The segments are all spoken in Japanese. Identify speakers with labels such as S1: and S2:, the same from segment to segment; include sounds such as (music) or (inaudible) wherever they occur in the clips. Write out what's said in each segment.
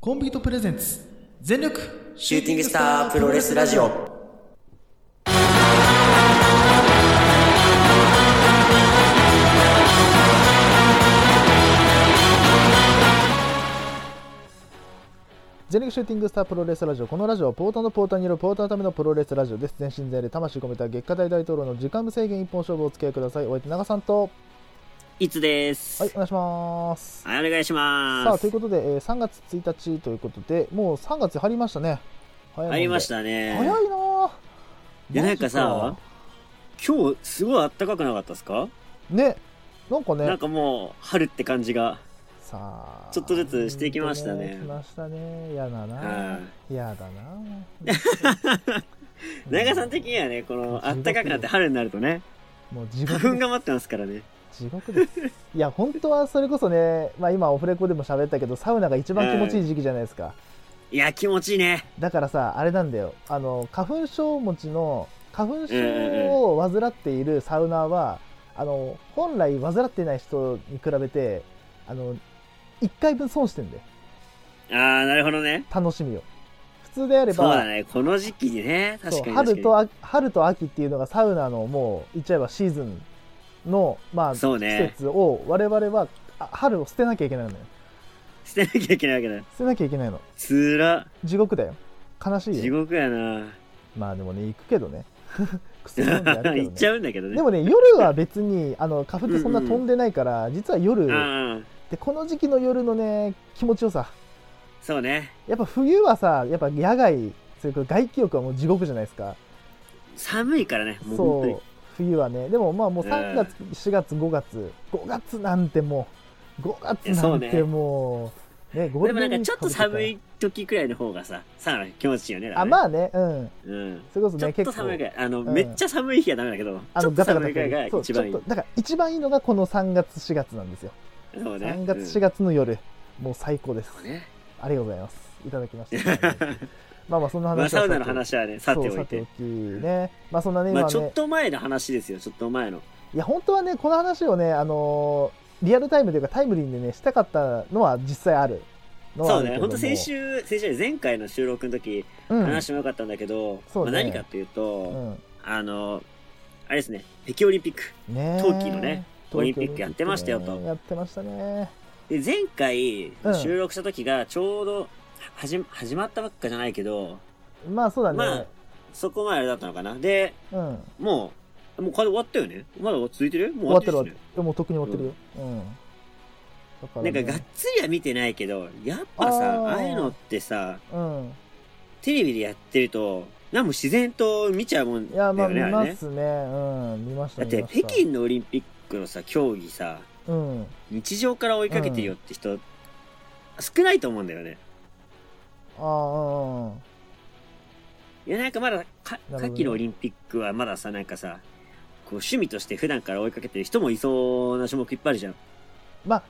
S1: コンビートプレゼンツ全力
S2: シューティングスタープロレスラジオ。
S3: 全力シューティングスタープロレスラジオこのラジオはポーターのポーターによるポーターのためのプロレスラジオです全身全霊魂込めた月下大大統領の時間無制限一本勝負をお付き合いくださいお相手長さんと
S4: いつです。
S3: はいお願いします
S4: はい、お願いします。
S3: さあということで、えー3月1日ということでもう3月入りましたね入
S4: ありましたね。
S3: 早いなぁ
S4: いや、なんかさ、今日すごい暖かくなかったですか
S3: ねなんかね
S4: なんかもう、春って感じが。
S3: さあ
S4: ちょっとずつしてきましたね
S3: してきましたね嫌だな
S4: は
S3: 嫌だな
S4: い。 (laughs) 長さん的にはね、この、暖かくなって春になるとね、
S3: もう地獄
S4: 花
S3: です
S4: 粉が待ってますからね。
S3: 地獄ですいや本当はそれこそね、まあ、今オフレコでも喋ったけどサウナが一番気持ちいい時期じゃないですか、
S4: いや、気持ちいいね。
S3: だからさあれなんだよあの花粉症持ちの花粉症を患っているサウナーは、あの本来患ってない人に比べてあの1回分損してんだよ
S4: あー、なるほどね。
S3: 楽しみを普通であれば
S4: そうだね。この時期にね、確
S3: そう
S4: かに確か
S3: 春
S4: に。
S3: とあ春と秋っていうのがサウナのもう言っちゃえばシーズンの、まあ
S4: そうね
S3: 季節を我々はあ春を捨てなきゃいけないのよ
S4: 捨てなきゃいけないわけだ。
S3: 捨てなきゃいけないの
S4: つら。
S3: 地獄だよ悲しい
S4: 地
S3: よ
S4: 獄やな。
S3: まあでもね行くけどね (laughs) 薬飲んでやるけどね
S4: (laughs) 行っちゃうんだけどね。
S3: でもね夜は別にあの花粉ってそんな飛んでないから、実は夜
S4: うんうん。
S3: でこの時期の夜のね気持ちよさ
S4: そうね。
S3: やっぱ冬はさやっぱ野外それから外気浴はもう地獄じゃないですか
S4: 寒いからね、もう本当
S3: そ
S4: に
S3: う。冬はねでもまあもう
S4: うん
S3: 3月、4月5月5月なんてもう5月なんてもうねゴー
S4: で
S3: ル
S4: も
S3: デ
S4: な
S3: ンウ
S4: ん
S3: ィー
S4: かちょ
S3: ク
S4: っと寒い時くらいの方がさ、サウナ気持ちいいよね。
S3: あ
S4: あ、
S3: まあねうん
S4: うん。
S3: それこそ
S4: ちょっ
S3: ね
S4: と
S3: 結構
S4: 寒いくらい。あの、
S3: ん
S4: めっちゃ寒い日はダメだけど、ちょっと寒いくらいが
S3: そう
S4: 一番いい。
S3: ちょ
S4: そ
S3: っとだから一番いいのがこの3月4月なんですよ
S4: うね。
S3: 3月4
S4: 月。
S3: 月の夜、もう最高です
S4: そうね。
S3: ありがとうございますいただきました
S4: (laughs)
S3: まあまあそんな話
S4: ま
S3: は
S4: あ、
S3: さ
S4: サ
S3: てお
S4: ウ
S3: き
S4: ナの話はね、さて
S3: そう
S4: おいて
S3: さ。おきねまあそんなね今ね、
S4: まあ、ちょっと前の話ですよ、ちょっと前の。
S3: いや本当はねこの話をねあのーリアルタイムというかタイムリーでねしたかったのは実際あるのは
S4: そ
S3: あ
S4: う
S3: るけ
S4: ね、
S3: ど
S4: 本
S3: も
S4: 当先、週、先週、前回の収録の時、
S3: うん
S4: 話してもよかったんだけど、
S3: そう
S4: ま
S3: ね
S4: あ何かという
S3: う
S4: と、
S3: ん
S4: あの、あれですね、北京オリンピック。
S3: ねえ
S4: 冬季のね
S3: 冬季
S4: オリンピックやってましたよと
S3: ねやってましたね
S4: で、前回
S3: うん
S4: 収録した時が、ちょうど、はじ、始まったばっかじゃないけど、
S3: まあそうだね、
S4: まあそこまであれだったのかな。で、
S3: うん
S4: もう、もうこれ終わったよねまだ続いてるもう
S3: 終
S4: 終
S3: わ
S4: わ
S3: っ
S4: ってて
S3: る終わってる
S4: るよね
S3: いやもう時に終わってるようん、だか
S4: なんか
S3: ね
S4: がっつりは見てないけど、やっぱ
S3: あ
S4: さ、
S3: ー
S4: ああいうのってさ、
S3: うん
S4: テレビでやってると、なんも自然と見ちゃうもん
S3: い
S4: だ
S3: や
S4: よ
S3: まあ見
S4: ね、あれ
S3: ま
S4: ね。
S3: すねうん見ました
S4: だって
S3: 見まし
S4: 北
S3: た
S4: 京のオリンピックのさ、競技さ、
S3: うん
S4: 日常から追いかけてるよって人、少ないと思うんだよね。
S3: ああうん
S4: いや、なんかまだ、か
S3: ほど、ね
S4: 夏季のオリンピックはまださ、なんかさ、こう趣味として普段から追いかけてる人もいそうな種目いっぱいあるじゃん。
S3: まあ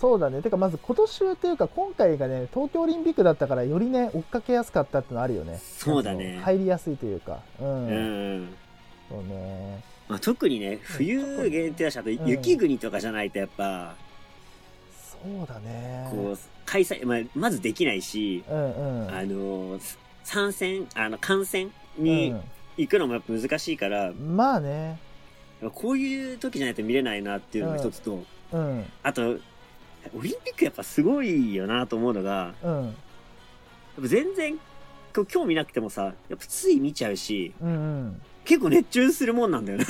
S3: そうだねてかまず今年というか今回がね東京オリンピックだったからよりね追っかけやすかったってのあるよね
S4: そうだね
S3: なんか入りやすいというかうん、
S4: うん。
S3: そうね
S4: まあ、特にね、
S3: 特
S4: 冬
S3: に
S4: 限定だし、あと
S3: ん
S4: 雪国とかじゃないとやっぱ、
S3: そうだね
S4: こう、開催、まあ、まずできないし、
S3: うんうん
S4: あのー、参戦、あの、観戦に
S3: う
S4: 行くのもやっぱ難しいから、
S3: ん、まあね
S4: こういう時じゃないと見れないなっていうのが一つと、
S3: うん
S4: あと、オリンピックやっぱすごいよなと思うのが、
S3: うん
S4: やっぱ全然、こう興味なくてもさ、やっぱつい見ちゃうし、
S3: うんうん
S4: 結構熱中するもんなんだよね。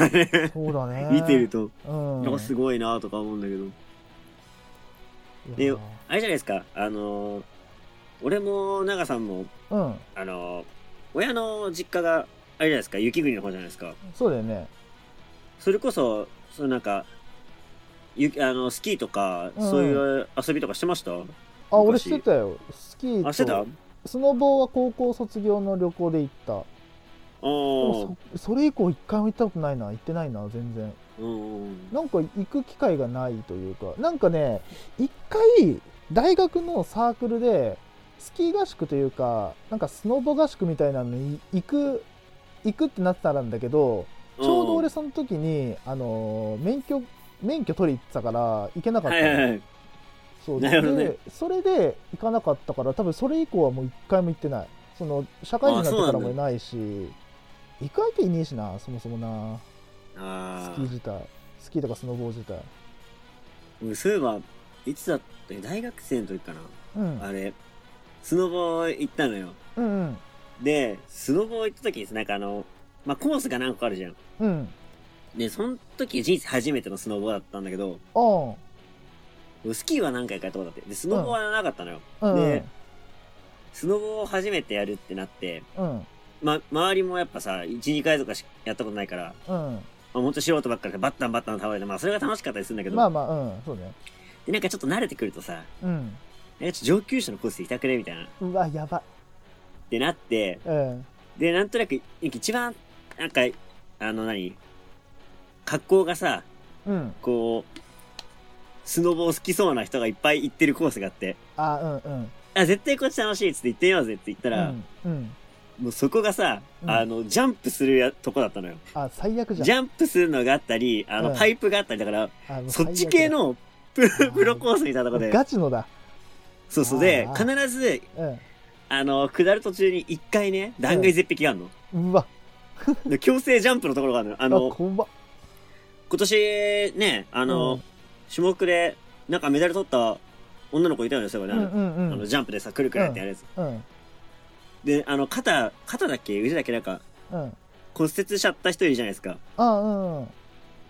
S3: そうだね
S4: (laughs) 見てると、
S3: うん
S4: なんかすごいなとか思うんだけど。
S3: いや
S4: あれじゃないですか、あのー俺も長さんも、
S3: うん
S4: あのー親の実家が、あれじゃないですか、雪国の方じゃないですか。
S3: そうだよね
S4: それこそ、そのなんか、雪あの、スキーとか、
S3: うん
S4: そういう遊びとかしてました、
S3: あ俺
S4: 昔
S3: してたよスキーと
S4: あ、してたあ
S3: スノボーは高校卒業の旅行で行ったで
S4: ー
S3: もそそれ以降一回も行ったことないな行ってないな全然
S4: うん。
S3: なんか行く機会がないというかなんかね一回大学のサークルでスキー合宿というかなんかスノボ合宿みたいなのに行く行くってなってたんだけどちょうど俺その時にあのー免許免許取り行ってたから行けなかった
S4: は
S3: の、
S4: いはいはい。
S3: そう
S4: なるほどね
S3: でそれで行かなかったから多分それ以降はもう一回も行ってないその社会人になってからもいないし行く相手いねえしなそもそもなス
S4: あ
S3: キー自体スキーとかスノボー自体
S4: あ。俺そういえば、いつだって、大学生の時かな。
S3: うん
S4: あれ、スノボ行ったのよ。
S3: うんうん
S4: で、スノボ行った時にさ、なんかあの、まあ、コースが何個かあるじゃん。
S3: うん
S4: で、その時人生初めてのスノボだったんだけど、
S3: あ
S4: スキーは何回かやったことあって、で、スノボはなかったのよ。
S3: あうん
S4: で、スノボを初めてやるってなって、
S3: うん
S4: ま、周りもやっぱさ、1、2回とかしやったことないから、
S3: うん
S4: まあ、ほんと素人ばっかりでバッタンバッタン倒れて、まあ、それが楽しかったりするんだけど、
S3: まあまあうんそうね
S4: で、なんかちょっと慣れてくるとさ、
S3: うん
S4: なんかちょっと上級者のコースでいたくねみたいな。っ
S3: うわやばい
S4: てなって、
S3: うん
S4: で、なんとなく、一番、なんか、あの何、格好がさ、
S3: うん
S4: こう、スノボを好きそうな人がいっぱい行ってるコースがあって、
S3: あうんうん
S4: あ、絶対こっち楽しいっつって行ってみようぜって言った
S3: う
S4: ら、
S3: んうん
S4: もうそこがさ、
S3: うん
S4: あの、ジャンプするやとこだったのよ。
S3: あ最悪じゃん
S4: ジャンプするのがあったり、あの、
S3: うん
S4: パイプがあったりだから、
S3: あもう
S4: そっち
S3: 最
S4: 系
S3: 悪だ
S4: のププ (laughs) ロコースみたいなとこで、
S3: ガチのだ
S4: そうそうで
S3: あ、
S4: 必
S3: ー
S4: ず、
S3: うん
S4: あの、下る途中に一回ね、断崖絶壁があるの。
S3: うわ
S4: で強制ジャンプのところがあるの。あ
S3: あ
S4: の、
S3: 怖っ
S4: 今年ね、あの、
S3: うん
S4: 種目で、なんかメダル取った女の子いたよね、そういえ
S3: う
S4: ばね
S3: んうん
S4: あの、
S3: う
S4: あの
S3: ん
S4: ジャンプでさ、くるくるってやるやつ。
S3: うん
S4: で、あの、肩、肩だっけ腕だっけなんか、
S3: うん
S4: 骨折しちゃった人いるじゃないですか。
S3: あうんうん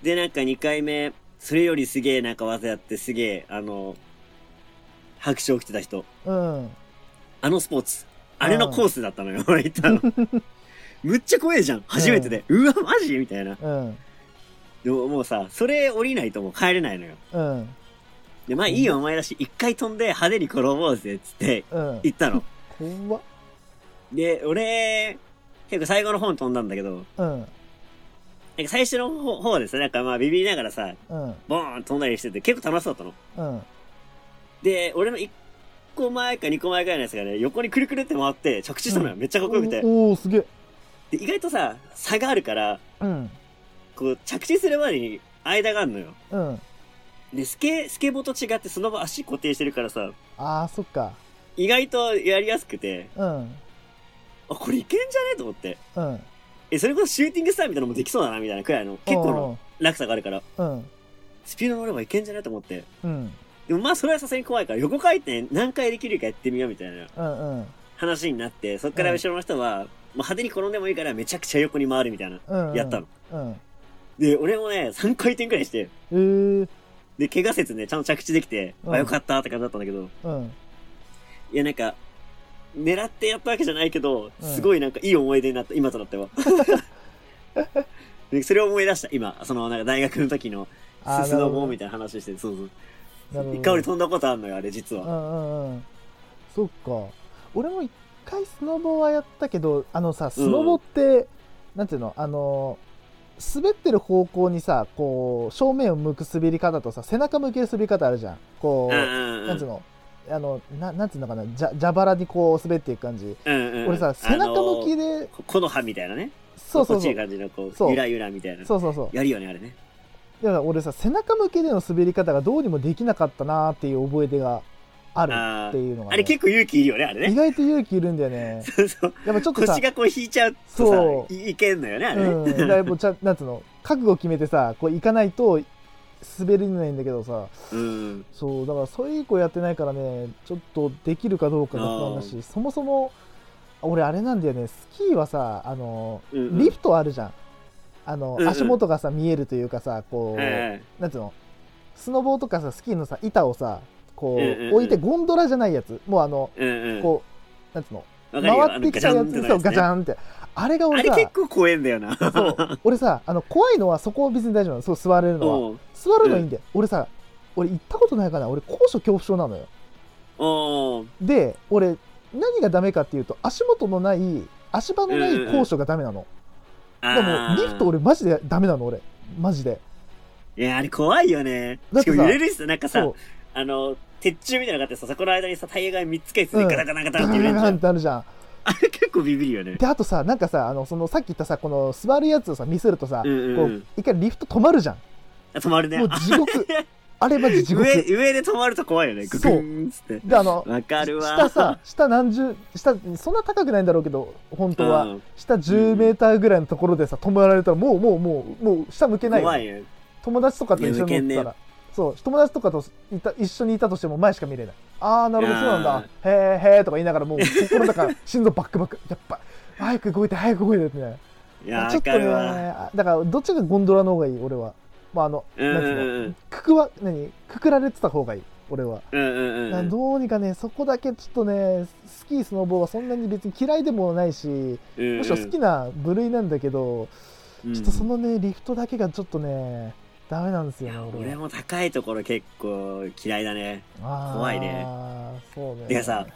S4: で、なんか2回目、それよりすげえなんか技やってすげえ、あの、拍手起きてた人。
S3: うん
S4: あのスポーツ。あれのコースだったのよ、俺行ったの。 (laughs) むっちゃ怖えじゃん、初めてで。うわ、マジみたいな。
S3: うん
S4: でももうさ、それ降りないともう帰れないのよ。
S3: うん
S4: で、まあいいよ、お前だし、一回飛んで派手に転ぼうぜ、っつって、
S3: うん
S4: 行ったの。
S3: 怖っ
S4: で、俺、結構最後の方に飛んだんだけど、
S3: うん
S4: なんか最初の方方ですね、なんかまあビビりながらさ、
S3: うん
S4: ボーン飛んだりしてて、結構楽しそうだったの。
S3: うん
S4: で、俺の1個前か2個前ぐらいのやつがね、横にくるくるって回って着地したのよ。めっちゃかっこよくて。
S3: おおーすげえ
S4: で、意外とさ、差があるから、
S3: うん
S4: こう、着地するまでに間があるのよ。
S3: うん
S4: で、スケ、スケボーと違ってその場足固定してるからさ、
S3: あーそっか
S4: 意外とやりやすくて、
S3: うん
S4: あ、これいけんじゃねと思って。
S3: うん
S4: え、それこそシューティングスターみたいなのもできそうだな、みたいなくらいの、結構の落差があるから、
S3: うん
S4: スピード乗ればいけんじゃねと思って。
S3: うん
S4: でもまあそれはさすがに怖いから、横回転何回できるかやってみようみたいな
S3: うんうん
S4: 話になって、そっから後ろの人は、もう派手に転んでもいいからめちゃくちゃ横に回るみたいな。
S3: うんうん
S4: やったの。
S3: うん
S4: で、俺もね、3回転くらいして、
S3: えー
S4: で、怪我せずね、ちゃんと着地できて、
S3: うん
S4: あ、よかったって感じだったんだけど、
S3: うん
S4: いや、なんか、狙ってやったわけじゃないけど、
S3: うん
S4: すごいなんかいい思い出になった、今となっては。でそれを思い出した、今。その、なんか大学の時の、
S3: あー
S4: スノボみたいな話して、そう
S3: な
S4: そ
S3: るほ
S4: う。
S3: ど
S4: 一回俺飛んだことあるのよ、あれ、実
S3: う
S4: は。
S3: んうんうんそっか俺も一回スノボはやったけどあのさスノボって、なんていうのあの滑ってる方向にさこう正面を向く滑り方とさ背中向ける滑り方あるじゃんこ
S4: うん
S3: う、
S4: うんうん。
S3: なんつうのあのななんつうのかなじゃ蛇腹にこう滑っていく感じ、
S4: うんうん、
S3: 俺さ背中向き
S4: で。
S3: で、
S4: こ木の葉みたいなね。
S3: そうそう
S4: 心地
S3: そ
S4: いうい感じの、こう、
S3: そう
S4: ゆらゆらみたいな。
S3: そうそうそう
S4: やるよね、あれね。
S3: だから俺さ背中向けでの滑り方がどうにもできなかったなーっていう覚え出があるっていうのが、ね、
S4: あれ結構勇気いるよね、あれ
S3: 意
S4: ね。
S3: 外と勇気いるんだよ (laughs) ね
S4: そうそう。
S3: やっぱちょっとさ
S4: 腰がこう引いちゃうと
S3: そ
S4: さ、
S3: う
S4: いいけんのよね、あれね。
S3: うん、だからもうちゃんなんつうの覚悟決めてさこう行かないと滑れないんだけどさ
S4: うん。
S3: そうだからそれ以降やってないからねちょっとできるかどうかが不安だしそもそも俺あれなんだよねスキーはさあの
S4: うんうん
S3: リフトあるじゃん、あの、
S4: うんうん
S3: 足元がさ見えるというかさこう、
S4: はいはい
S3: なんつうのスノボーとかさスキーのさ板をさこう、
S4: うんうんうん
S3: 置いてゴンドラじゃないやつもうあの、
S4: うんうん。
S3: こうなんつうの
S4: わかるよ
S3: 回ってきちゃうやつそうガチ
S4: ン
S3: ャンってあれが
S4: あ
S3: 俺
S4: れ
S3: さ
S4: 結構怖えんだよな。
S3: そう俺さあの怖いのはそこ別に大丈夫なのそう座れるのは
S4: おう
S3: 座るのはいいんだよ、俺さ俺行ったことないから俺高所恐怖症なのよ
S4: おう
S3: で俺何がダメかっていうと足元のない足場のな
S4: うん
S3: い
S4: うん
S3: 高所がダメなの、で
S4: あ
S3: も
S4: ー
S3: リフト俺マジでダメなの俺マジで
S4: いや、あれ怖いよね。
S3: だ
S4: し
S3: っ
S4: か
S3: てさ
S4: も揺れるしさ、なんか
S3: そ
S4: さ
S3: う、
S4: あの、鉄柱みたいなのがあってさ、そこの間にさ、タイヤが3つけて
S3: う
S4: ガ
S3: ん
S4: タガタガ
S3: ガ
S4: タっ
S3: ン
S4: て揺れるじ
S3: ガ
S4: ゃ
S3: ンっ
S4: ん。
S3: てあるじゃん
S4: あれ結構ビビるよね。
S3: であとさなんかさあのそのさっき言ったさこの座るやつをさ見せるとさ、
S4: うんうんうん
S3: こう一回リフト止まるじゃん
S4: あ止まるね (laughs)
S3: もう。地獄あれマジ地獄
S4: 上、上で止まると怖いよね。ググーンっつって。
S3: であの
S4: わかるわ。
S3: 下さ下何十下そんな高くないんだろうけど本当は、
S4: うん
S3: 下10メーターぐらいのところでさ止まられたらもうもうもうもう下向けないよ
S4: 怖いよ。
S3: 友達とかと一緒に乗ってた
S4: いや抜けん
S3: ら、そう友達とかといた一緒にいたとしても前しか見れないああなるほど
S4: あ
S3: そ
S4: ー
S3: うなんだへえへえとか言いながらもう心の中心臓バックバックやっぱ早く動いて早く動いてってね
S4: いや、
S3: ちょっ
S4: わ
S3: と
S4: か
S3: ね
S4: るわ。
S3: だからどっちがゴンドラの方がいい俺はまああの
S4: うんう
S3: なん
S4: ん
S3: ていうの
S4: うん。
S3: くくわ何くくられてた方がいい俺は
S4: うんうんうん。
S3: どうにかねそこだけちょっとねスキースノボーはそんなに別に嫌いでもないしむ
S4: む
S3: しろ好きな部類なんだけど、ちょっとそ
S4: の、
S3: のねリフトだけがちょっとねダメなんですよね
S4: うん
S3: 俺
S4: 俺
S3: は
S4: も高いところ結構嫌いだね。
S3: あー
S4: 怖いね
S3: そうね
S4: てかさ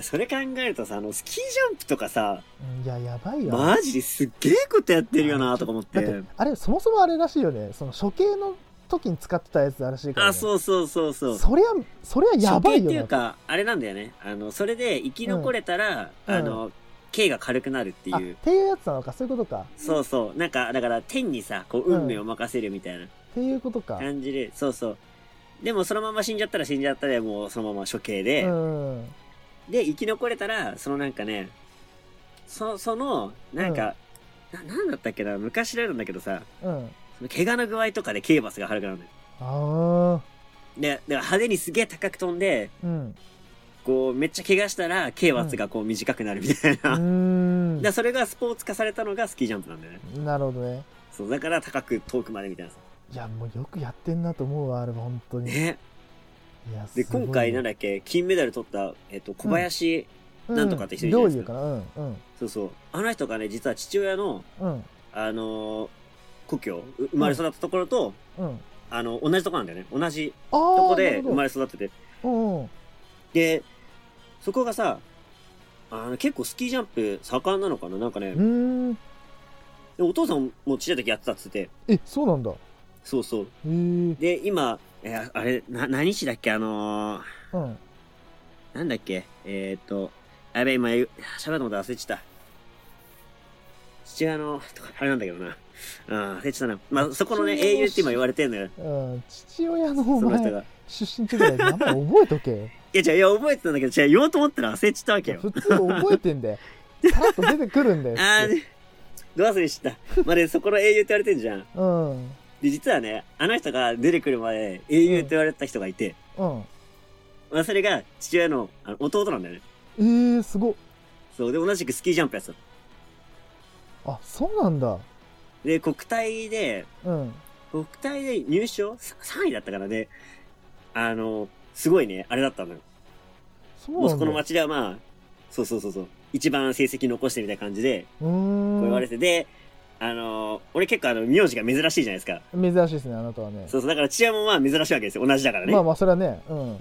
S4: それ考えるとさ、あの、スキージャンプとかさ、
S3: うんいややばいよ、
S4: マジですっげえことやってるよなとか思っ
S3: だってて。あれそもそもあれらしいよねその処刑の時に使ってたやつらしいから、ね、
S4: あ、そうそうそうそう。
S3: そりゃそりゃやばいよ
S4: 処刑って
S3: ね
S4: いうか、あれなんだよね。あの、それで生き残れたら、
S3: うん
S4: あの、刑が軽くなるって
S3: あっ
S4: いう。
S3: ていうやつなのかそういうことか
S4: そうそう。なんか、だから天にさ、こう、運命を任せるみたいな
S3: っていうことか
S4: 感じで、そうそう。でもそのまま死んじゃったら死んじゃったで、もうそのまま処刑で、
S3: うん
S4: で、生き残れたら、そのなんかね、そ、その、なんか、な、なんだったっけな、昔なんだけどさ、
S3: うん
S4: その怪我の具合とかで刑罰が軽くなるのよ。
S3: ああ
S4: で、だから派手にすげえ高く飛んで、
S3: うん
S4: こう、めっちゃ怪我したら、刑罰がこう短くなるみたいうな。
S3: ーん
S4: でそれがスポーツ化されたのがスキージャンプなんだよね。
S3: なるほどね
S4: そう、だから高く遠くまでみたいなさ。
S3: いやもうよくやってんなと思うわあれ本当にい
S4: ね。
S3: やす
S4: で、
S3: ごい
S4: 今回なんだっけ、金メダル取った、えっと、小林、
S3: う
S4: なんとかって人いるじゃ
S3: ど
S4: な
S3: う
S4: い
S3: い
S4: で
S3: う
S4: すか
S3: かなうんうん
S4: そうそう。あの人がね、実は父親の、
S3: うん
S4: あのー故郷、う生まれ育ったところと、
S3: うん
S4: あの、同じとこなんだよね。同じ
S3: ああ
S4: と
S3: こ
S4: こで生まれ育ってて。
S3: うんうん
S4: で、そこがさ、あの、結構スキージャンプ盛んなのかななんかね、
S3: うーん
S4: でお父さんもちっちゃい時やってたっつってて、
S3: えそうなんだへ
S4: そうそう。
S3: えうん
S4: で、今、えーあれ、な、何市だっけあのーなんだっけえー、っと、あやべ、今、喋ったこと忘れちゃった。父親の、とかあれなんだけどな。うん、忘れちゃったな。まあ、そこのね、
S3: 父親
S4: 英雄って今言われてんのよ。
S3: うん父親のお
S4: その人
S3: 前
S4: が。
S3: 出身地ぐらい名前覚えと
S4: (laughs)
S3: け
S4: いや、違う、いや、覚えてたんだけど、違う、言おうと思ったら忘れちゃったわけよ。
S3: 普通覚えてんだよさらっと出てくるんだよ
S4: あー、ね、ど忘れしちゃった。まあね、そこの英雄って言われてんじゃん。
S3: うん
S4: で、実はね、あの人が出てくるまで英雄って言われてた人がいて、
S3: うん
S4: まあ、それが父親のあの弟なんだよね。
S3: えー、すごっ
S4: そう、で、同じくスキージャンプやってた。
S3: あそうなんだ
S4: で、国体で、
S3: うん
S4: 国体で入賞さ ?3 位だったからね。あの、すごいね、あれだったのよ。
S3: そう
S4: もうそこ
S3: な
S4: の
S3: んだ
S4: 町ではまあ、そうそうそうそう、一番成績残してみたいな感じで、
S3: うー
S4: こ
S3: ん
S4: う言われて、で、あの、俺結構あの、名字が珍しいじゃないですか。
S3: 珍しいですねあなたはね
S4: そうそう、だから父親もまあ珍しいわけですよ。同じだからね。
S3: まあまあそれはねうん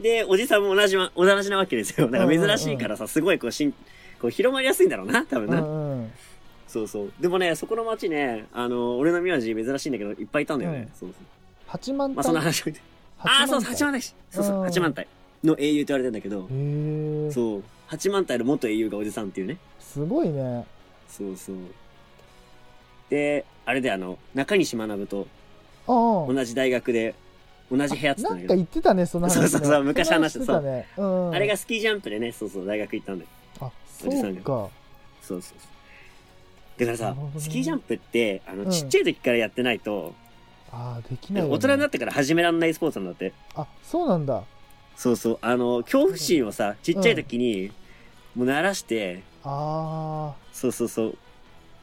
S4: で、おじさんも同じま、同じなわけですよ。だから珍しいからさ、すごいこう、しん、こう、広まりやすいんだろうな、多分
S3: う
S4: な。
S3: んうん
S4: そうそう。でもね、そこの町ね、あの、俺の名字珍しいんだけど、いっぱいいたんだよね。そうそう。
S3: 八万体
S4: まあ、そんな話をて。ああ、そうそう、八万体師。そうそうう、
S3: ん
S4: 八万体の英雄って言われてんだけど、
S3: へえ
S4: そう、八万体の元英雄がおじさんっていうね。
S3: すごいね
S4: そうそう。で、あれであの、中西学と
S3: ああ
S4: 同じ大学で、同じ部屋っつって
S3: なんんか
S4: だけど、
S3: 言ってたねその話、ね、
S4: そうそうそう昔話した
S3: その話してたね、うん、
S4: あれがスキージャンプでね、そうそう、大学行ったんだよ。
S3: あそうか
S4: そうそうそう。だから
S3: な
S4: さ
S3: るほど、ね
S4: スキージャンプって、あの、
S3: うん
S4: ちっちゃい時からやってないと、
S3: ああできないよね、
S4: 大人になってから始めらんないスポーツなんだって。
S3: あそうなんだ
S4: そうそう、あの、恐怖心をさ、ちっちゃい時に、もう鳴らして、
S3: あ
S4: そうそうそう。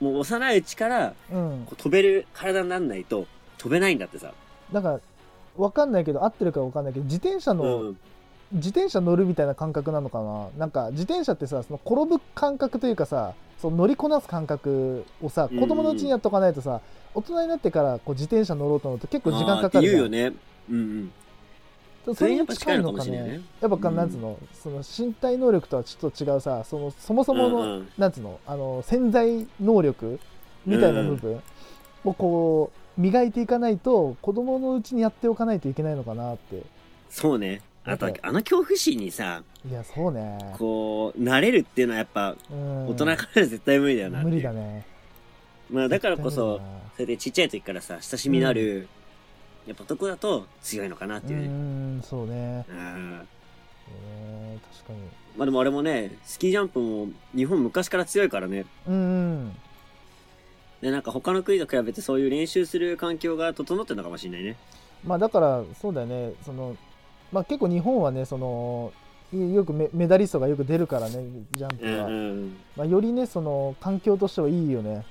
S4: もう幼いうちから、
S3: あうん
S4: こう飛べる体になんないと、飛べないんだってさ。
S3: なんかわかんないけど合ってるかわかんないけど自転車
S4: う
S3: の、
S4: ん。
S3: 自転車乗るみたいな感覚なのかななんか自転車ってさその転ぶ感覚というかさその乗りこなす感覚をさ
S4: うん
S3: 子供のうちにやっとかないとさ、大人になってからこう自転車乗ろうと思うと結構時間か
S4: あー
S3: か
S4: っ
S3: るじ
S4: て
S3: ゃ
S4: 言
S3: ん
S4: うよね。うんうん。
S3: そ
S4: そ
S3: れ
S4: れ
S3: に
S4: に
S3: 近
S4: 近
S3: い
S4: い
S3: の
S4: の
S3: か
S4: かもしれないね
S3: ね。やっぱか、
S4: うん
S3: なんつうの、その身体能力とはちょっと違うさ、そのそもそもの、
S4: うんうん
S3: なんつうの、あの潜在能力みたいな部分をこう磨いていかないと、子供のうちにやっておかないといけないのかなって。
S4: そうね。あと
S3: な
S4: は
S3: んか、
S4: あの恐怖心にさ、
S3: いや、そうね。
S4: こう、慣れるっていうのはやっぱ、
S3: うん
S4: 大人からは絶対無理だよなっていう
S3: 無理だね。
S4: まあ、だからこそ
S3: 絶、
S4: それでちっちゃい時からさ、親しみのある、やっぱ男だと強いのかな
S3: う
S4: っていうね。
S3: んそうね
S4: うん。
S3: そうね確かに
S4: まあでもあれもね、スキージャンプも日本昔から強いからね。
S3: うん
S4: で、なんか他の国と比べてそういう練習する環境が整ってるのかもしれないね。
S3: まあだからそうだよねその、まあ、結構日本はねそのよくメメダリストがよく出るからねジャンプ
S4: うん
S3: は、
S4: うん。
S3: まあ、よりねその環境としてはいいよね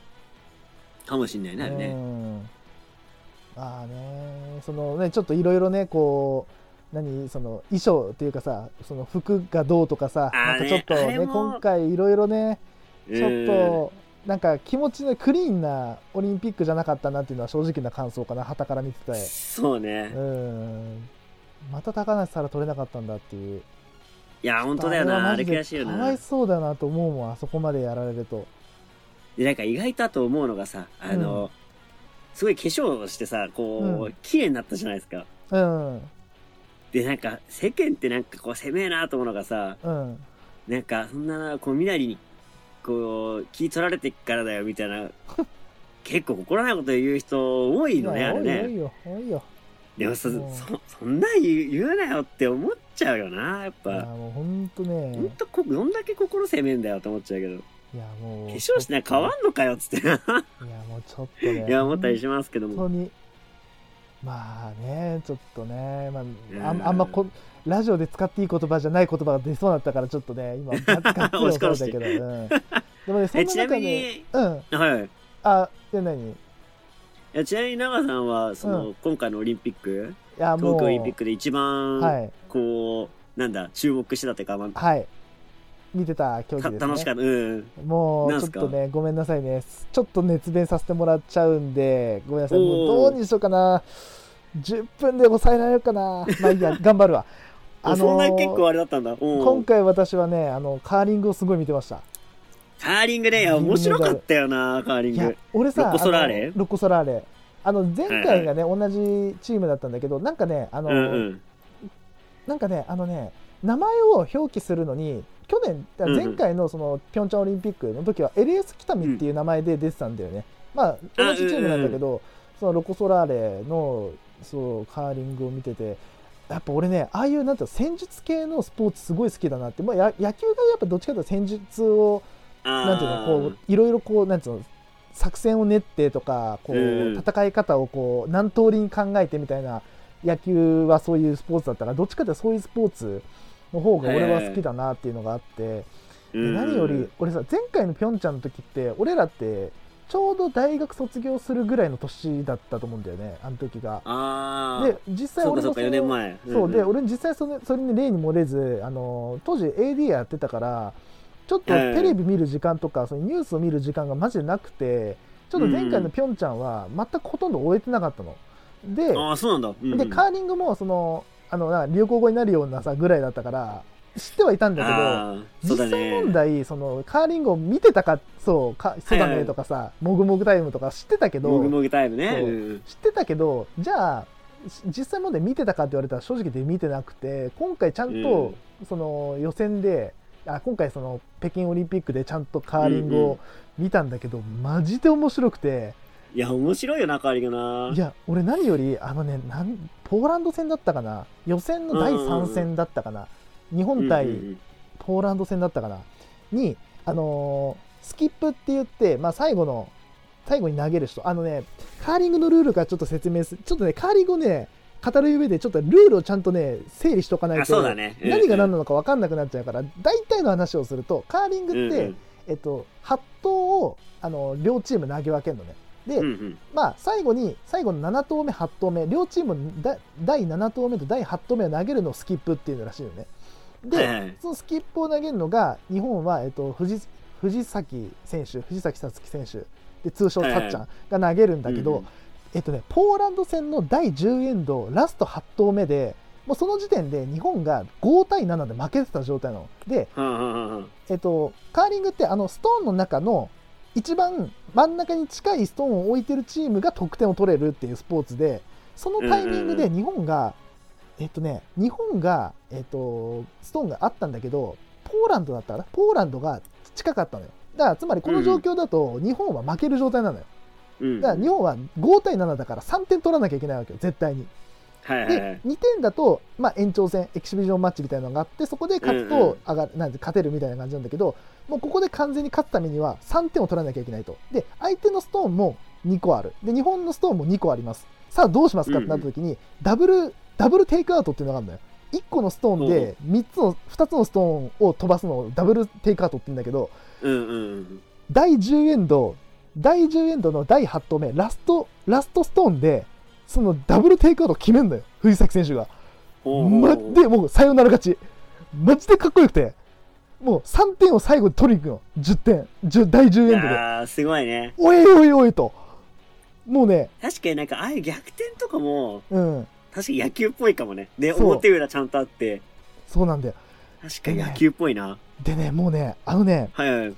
S4: かもしれないね、あれ
S3: う
S4: ね。
S3: んまあねそのねちょっといろいろねこう何その衣装っていうかさその服がどうとかさ
S4: あ
S3: なん
S4: ー
S3: か
S4: ね
S3: ちょっと
S4: あれ
S3: ね
S4: も
S3: 今回いろいろねちょっ
S4: うん
S3: となんか気持ちのクリーンなオリンピックじゃなかったなっていうのは正直な感想かな旗から見てた
S4: そうね。
S3: うんまた高梨沙羅取れなかったんだっていう
S4: いや、本当だよな。あれ悔しいよ
S3: かわ。
S4: ない
S3: そうだなと思うもんあそこまでやられると
S4: で、なんか意外とあと思うのがさ、あの、すごい化粧をしてさ、こ
S3: う
S4: う、綺麗になったじゃないですか。
S3: うん
S4: で、なんか、世間ってなんかこう、狭えなと思うのがさ、
S3: うん
S4: なんか、そんな、こう、みなりに、こう、気取られてっからだよ、みたい
S3: (laughs)
S4: な。結構怒らないこと言う人多いのね、
S3: や
S4: あれ
S3: 多い
S4: ね。
S3: よ多いよ
S4: でもそ、
S3: もう
S4: そ、そんなん言う言うなよって思っちゃうよな、やっ
S3: いや
S4: ぱ。
S3: もうほんと
S4: ほん
S3: ね
S4: と、こ、どんだけ心攻めんだよって思っちゃうけど。
S3: いやもう
S4: 化粧してなんか変わんのかよ、つっ
S3: い
S4: て。
S3: やもうちょっとね
S4: (laughs) いや、思ったりしますけども。
S3: 本当にまあねちょっとね、まあ、あ
S4: うん
S3: んあんまこラジオで使っていい言葉じゃない言葉が出そうだったからちょっとね
S4: (laughs)
S3: 今ガッツ
S4: 押し殺して
S3: だけど、うん、でもねそ
S4: え、
S3: んな
S4: ちな
S3: 中
S4: み
S3: で
S4: に、
S3: うん
S4: はい。
S3: あで何い
S4: いやちなみに長さんは、その、今回のオリンピック、
S3: やもう
S4: 東京オリンピックで一番、
S3: はい
S4: こう、なんだ、注目してたっていうか、まあ
S3: はい見てた競技
S4: た
S3: です、ね、
S4: 楽しかった。うん。
S3: も
S4: な
S3: うんちょっ
S4: すか
S3: とねごめんなさいねちょっと熱弁させてもらっちゃうんでごめんなさい
S4: おー
S3: もうどうにしようかな10分で抑えられるかなまあいいや頑張る
S4: (laughs)
S3: わ
S4: あ
S3: ー
S4: そんな結構あれだったんだ。う
S3: 今
S4: ん。
S3: 回私はねあのカーリングをすごい見てました
S4: カーリングね、いや面白かったよな、カーリン
S3: いや
S4: グ。
S3: 俺さ
S4: ロコ・ソラーレ
S3: あのロコ・ソラーレあの前回がね、同じチームだったんだけどなんかねあの、
S4: うんうん。
S3: なんかねあのね名前を表記するのに去年
S4: んうん
S3: 前回のそのピョンチャンオリンピックの時は LS 北見っていう名前で出てたんだよね、まあ同じチームなんだけど、そのロコ・ソラーレのそうカーリングを見ててやっぱ俺ねああいうなんていうの戦術系のスポーツすごい好きだなって、まあ、や野球がやっぱどっちかというと戦術をなんていうのこういろいろこうなんていうの作戦を練ってとかこう、
S4: うん
S3: 戦い方をこう何通りに考えてみたいな野球はそういうスポーツだったからどっちかというとそういうスポーツの方が俺は好きだなっていうのがあって、
S4: う
S3: で
S4: ん
S3: 何より、俺さ前回のピョンチャンの時って俺らってちょうど大学卒業するぐらいの年だったと思うんだよねあの時が。
S4: ああ。
S3: で実際
S4: そうか
S3: 俺
S4: そ
S3: も
S4: うか、
S3: そ
S4: 4
S3: の
S4: 年前。
S3: そうで
S4: んん、
S3: 俺実際それそれに例に漏れずあの当時 AD やってたからちょっと
S4: ええ
S3: テレビ見る時間とか、そのニュースを見る時間がマジでなくてちょっと前回のピョンチャンは全くほとんど終えてなかったの。で
S4: ああ、そうなんだ。うんうん
S3: でカーリングもそのあのなんか流行語になるようなさぐらいだったから知ってはいたんだけど。
S4: あーそうだ
S3: 実際
S4: ね
S3: 問題、そのカーリングを見てたか、そう、かそうだ
S4: はいは
S3: ね
S4: い
S3: とかさ、もぐもぐタイムとか知ってたけど、
S4: もぐもぐタイムね。
S3: そう
S4: うん
S3: 知ってたけどじゃあし実際問題見てたかって言われたら正直で見てなくて今回ちゃんと、その予選であ今回その北京オリンピックでちゃんとカーリング
S4: うんうん
S3: を見たんだけど、マジで面白くて。
S4: いや、面白いよな、カーリングない
S3: や俺何よりあのねなんポーランド戦だったかな予選の第3戦だったかな、日本対
S4: うんうんうん
S3: ポーランド戦だったかなに、あのースキップって言って、まあ、最後の最後に投げる人あのねカーリングのルールからちょっと説明するちょっとねカーリングをね語る上でちょっとルールをちゃんとね整理しとかない
S4: あ、そう
S3: と
S4: だね。うん
S3: 何が何なのか分かんなくなっちゃうから大体の話をするとカーリン
S4: うん
S3: グって、えっと、8投をあの両チーム投げ分けるのね。で、
S4: うんうん
S3: まあ、最後に最後の7投目、8投目両チームだ第7投目と第8投目を投げるのをスキップっていうのらしいよね。で、
S4: はいはい
S3: そのスキップを投げるのが日本は、えっと、藤藤崎選手藤崎さつき選手で通称
S4: はい
S3: さ
S4: はい
S3: っちゃんが投げるんだけど、
S4: うんうん
S3: えっとね、ポーランド戦の第10エンドラスト8投目でもうその時点で日本が5対7で負けてた状態なの。で、
S4: はあはあはあ
S3: えっと、カーリングってあのストーンの中の一番真ん中に近いストーンを置いてるチームが得点を取れるっていうスポーツでそのタイミング
S4: う
S3: で
S4: ん
S3: 日本が、えっとね、日本が、えっと、ストーンがあったんだけどポーランドだったかなポーランドが近かったのよだからつまりこの状況だと日本は負ける状態なのよ、
S4: うん。
S3: だから日本は5対7だから3点取らなきゃいけないわけよ、絶対に。
S4: はいはいは
S3: で
S4: い。
S3: 2点だと、まあ、延長戦エキシビジョンマッチみたいなのがあってそこで勝つ
S4: うんうん
S3: と上が、なんて勝てるみたいな感じなんだけどもうここで完全に勝つためには3点を取らなきゃいけないとで相手のストーンも2個あるで日本のストーンも2個ありますさあどうしますかってなった時に、ダブルダブルテイクアウトっていうのがあるんだよ1個のストーンで3つの2つのストーンを飛ばすのをダブルテイクアウトって言うんだけど
S4: うんうん
S3: 第10エンド第10エンドの第8投目ラストラストストーンでそのダブルテイクアウトを決めるんだよ藤崎選手が。
S4: うん。
S3: マジでもうサヨナラ勝ちマジでかっこよくてもう3点を最後に取りに行くの10点10第10エンドで
S4: ああ、すごいね。
S3: おいおいおいともうね
S4: 確かになんか、ああいう逆転とかも、
S3: うん
S4: 確かに野球っぽいかもね。で、
S3: そう
S4: 表裏ちゃんとあって、
S3: そうなんだよ
S4: 確かに野球っぽいな。
S3: でねもうねあのね
S4: はいはい。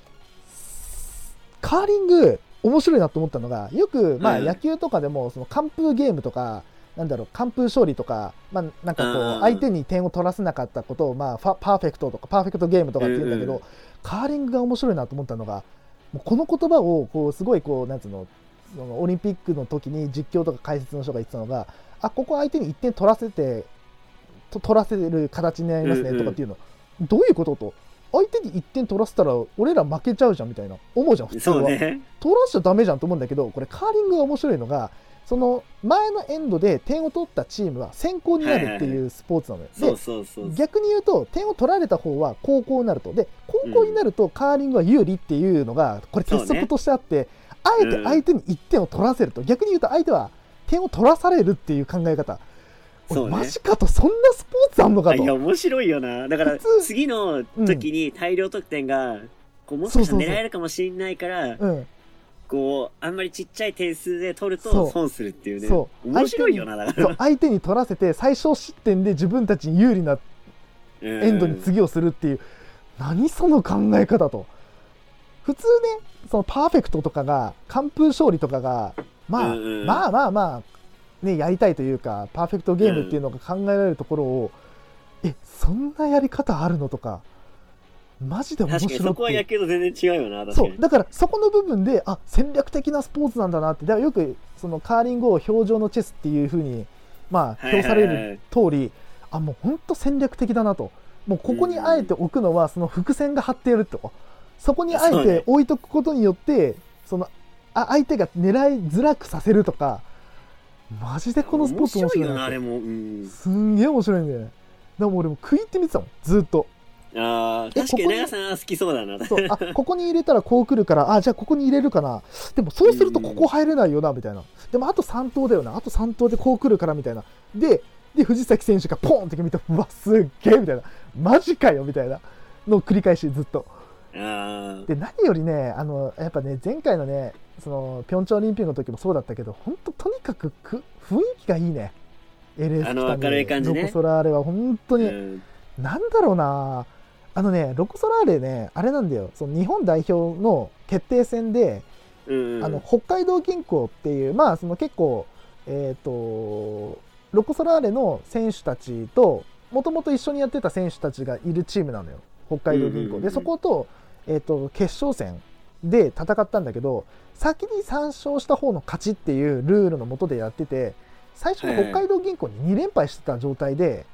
S3: カーリング面白いなと思ったのがよくまあ
S4: うん
S3: 野球とかでもその完封ゲームとかなんだろう完封勝利とか、まあ、なんかこ
S4: うん
S3: う相手に点を取らせなかったことを、まあ、ファパーフェクトとかパーフェクトゲームとかって言うんだけど、
S4: うんうん
S3: カーリングが面白いなと思ったのがもうこの言葉をこうすごいこうなんつうのそのオリンピックの時に実況とか解説の人が言ってたのがあここ相手に1点取らせてと取らせる形になります
S4: うんう
S3: ね
S4: ん
S3: とかっていうの、どういうことと相手に1点取らせたら俺ら負けちゃうじゃんみたいな思うじゃん普通
S4: そう
S3: は、
S4: ね。
S3: 取らしちゃダメじゃんと思うんだけどこれカーリングが面白いのがその前のエンドで点を取ったチームは先行になるって
S4: はいはい
S3: いうスポーツなのよ、
S4: そうそうそう
S3: で。逆に言うと点を取られた方は後攻になるとで後攻になるとカーリングは有利っていうのがこれ
S4: そう
S3: 鉄
S4: ね
S3: 則としてあって、あえ
S4: う
S3: て
S4: ん
S3: 相手に1点を取らせると、逆に言うと相手は点を取らされるっていう考え方
S4: そう
S3: 俺
S4: ね
S3: マジかとそんなスポーツあんのか
S4: あいや、
S3: と
S4: 面白いよな。だから
S3: 普、通
S4: 次の時に大量得点が、こう、もしかしたら狙えるかもしれないから、
S3: うん
S4: こう、あんまりちっちゃい点数で取る
S3: そ
S4: と
S3: う
S4: 損するっていうね。
S3: そう
S4: 面白いよな、だから。
S3: そう相手に取らせて最小失点で自分たちに有利なエ
S4: エ
S3: ンドに次をするっていう、何その考え方と普通ねそのパーフェクトとかが完封勝利とかがまあ、
S4: うんうん
S3: まあまあまあねやりたいというかパーフェクトゲームっていうのが考えられるところを、えそんなやり方あるのとかマジで面
S4: 確かに
S3: 白
S4: そこは
S3: く
S4: 野
S3: て
S4: 球と全然違うよな、確か
S3: そ
S4: に
S3: う。だからそこの部分であ戦略的なスポーツなんだなってだからよくそのカーリングを表情のチェスっていうふうにまあ
S4: はいはい
S3: 表
S4: はい
S3: される通りあもう本当戦略的だなともうここにあえて置くのはその伏線が張ってやるとそこにあ
S4: そ
S3: え
S4: うね
S3: て置いとくことによってそのあ相手が狙いづらくさせるとかマジでこのスポーツ面白い
S4: よな、
S3: な
S4: あ
S3: と
S4: れも。うん。
S3: すんげえ面白いんだよねでも俺も食い入って見てたもんずっと
S4: ああ、
S3: え
S4: 確かに
S3: ここに
S4: 長さんは好きそうだな。
S3: そうあここに入れたらこう来るからあじゃあここに入れるかなでもそうするとここ入れないよなみたいなでもあと3投だよなあと3投でこう来るからみたいなでで藤崎選手がポンって決めてうわすっげえみたいなマジかよみたいなのを繰り返しずっと
S4: あ
S3: で何よりねあのやっぱね前回のねそのピョンチャンオリンピックの時もそうだったけど本当とにかくく雰囲気がいいね LS
S4: あの
S3: 来たね
S4: 明るい感じね
S3: ロコ・ソラーレは本当
S4: あ。う
S3: に、
S4: ん。
S3: なんだろうなあのねロコ・ソラーレねあれなんだよその日本代表の決定戦で、
S4: うん。
S3: あの北海道銀行っていうまあその結構えっ、とロコ・ソラーレの選手たちともともと一緒にやってた選手たちがいるチームなのよ北海道銀行、
S4: うんうんうん
S3: でそこと,、えー、と決勝戦で戦ったんだけど先に3勝した方の勝ちっていうルールのもとでやってて最初の北海道銀行に2連敗してた状態で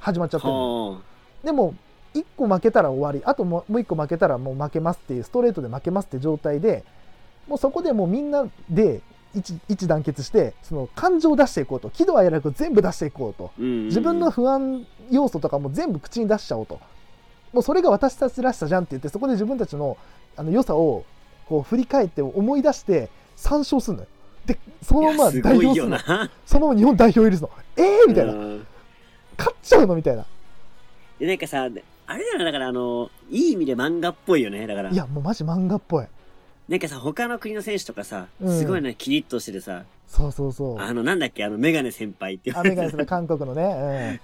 S3: 始まっちゃったのよ、
S4: は
S3: でも1個負けたら終わりあともうもう1個負けたらもう負けますっていうストレートで負けますって状態でもうそこでもうみんなで一一致団結してその感情を出していこうと喜怒哀楽を全部出していこうと
S4: あ。うん。
S3: 自分の不安要素とかも全部口に出しちゃおうともうそれが私たちらしさじゃんって言ってそこで自分たちのあの良さをこう振り返って思い出して参照するのよでそ
S4: い
S3: の
S4: や
S3: まます代
S4: ご
S3: 表
S4: い
S3: する
S4: よ
S3: の
S4: な。
S3: そのまま日本代表入りするのえーみたいな
S4: うん
S3: 勝っちゃうのみたいな
S4: で、なんかさ、あれだよな、だからあの、いい意味で漫画っぽいよね、だから
S3: い。やもうマジ漫画っぽい
S4: なんかさ、他の国の選手とかさ、
S3: うん
S4: すごいね、キリッとしててさ、
S3: そうそうそう
S4: あの、なんだっけ、あの、メガネ先輩って言わ
S3: ア
S4: れ
S3: メ
S4: て
S3: ガネスの韓国のね、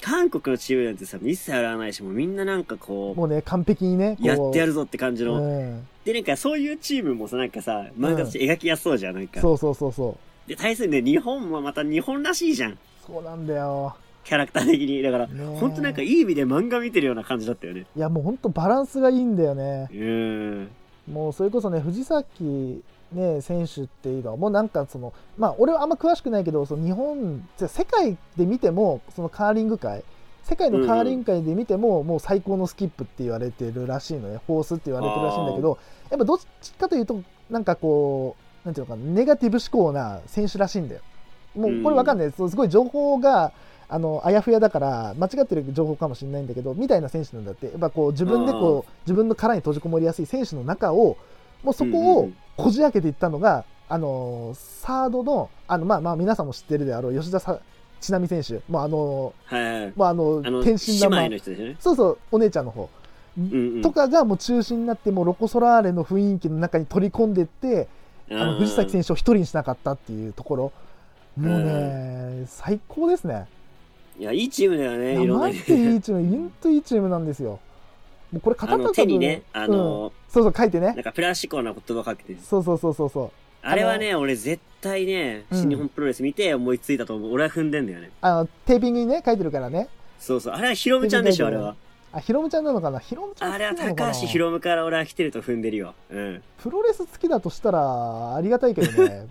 S4: 韓国のチームなんてさ、一切洗わないし、もうみんななんか
S3: うん、
S4: こ
S3: もうね完璧にね
S4: う、やってや
S3: る
S4: るぞって感じ
S3: う
S4: の。
S3: ん、
S4: で、なんかそういうチームもさ、なんかさ、漫画として描きやすそうじゃん、なんか。
S3: そうそうそうそう
S4: で、対するね、日本もまた日本らしいじゃん。
S3: そうなんだよ
S4: キャラクター的に。だから、
S3: ねえ
S4: ほんとなんかいい意味で漫画見てるような感じだったよね。
S3: いやもうほんとバランスがいいんだよね
S4: うーん。
S3: もうそれこそね藤崎ね、選手っていうのはもうなんかその、まあ、俺はあんま詳しくないけどその日本じゃ世界で見てもそのカーリング界世界のカーリング界で見ても、もう最高のスキップって言われてるらしいのねフォースって言われてるらしいんだけどやっぱどっちかというとなんかこうなんていうのかなネガティブ思考な選手らしいんだよ。もうこれわかんない、そうすごい情報があのあやふやだから間違ってる情報かもしれないんだけどみたいな選手なんだってやっぱこう自分でこう自分の殻に閉じこもりやすい選手の中をもうそこ
S4: うんう
S3: を
S4: ん
S3: こじ開けていったのが、あのーサードのあの、まあ、まあ皆さんも知ってるであろう吉田さちなみ選手もうあの
S4: はいはい
S3: ー、もうあの
S4: あの
S3: 天真爛
S4: 姉妹
S3: 漫
S4: の人ですよね
S3: そうそうお姉ちゃんの方、
S4: うんうん
S3: とかがもう中心になってもうロコ・ソラーレの雰囲気の中に取り込んでって、あの藤崎選手を一人にしなかったっていうところもうね、最高ですね。
S4: 手いやいいチームだよね
S3: い
S4: い
S3: や
S4: ろんな
S3: マジ
S4: (laughs)
S3: でいいチーム、本当いいチームなんですよ。もうこれ、
S4: あ
S3: 片
S4: の
S3: 方
S4: 手にねあ
S3: うん
S4: の、
S3: そうそう、書いて
S4: な
S3: ね。
S4: んかプラスチックな言葉かけてる
S3: そうそうそうそうそう。
S4: あれはね俺絶対ね
S3: うん
S4: 新日本プロレス見て思いついたと思う俺は踏んでんだよね
S3: あのテーピングにね、書いてるからね。
S4: そうそうあれはヒロムちゃんでしょあ
S3: テレ
S4: れ
S3: ビで
S4: は
S3: あ、ヒロムちゃんなのかなヒロムちゃん
S4: あれは
S3: 好きなのか
S4: 高
S3: な
S4: 橋ヒロムから俺は来てると踏んでるようん
S3: プロレス好きだとしたら、ありがたいけど
S4: (laughs)
S3: ね。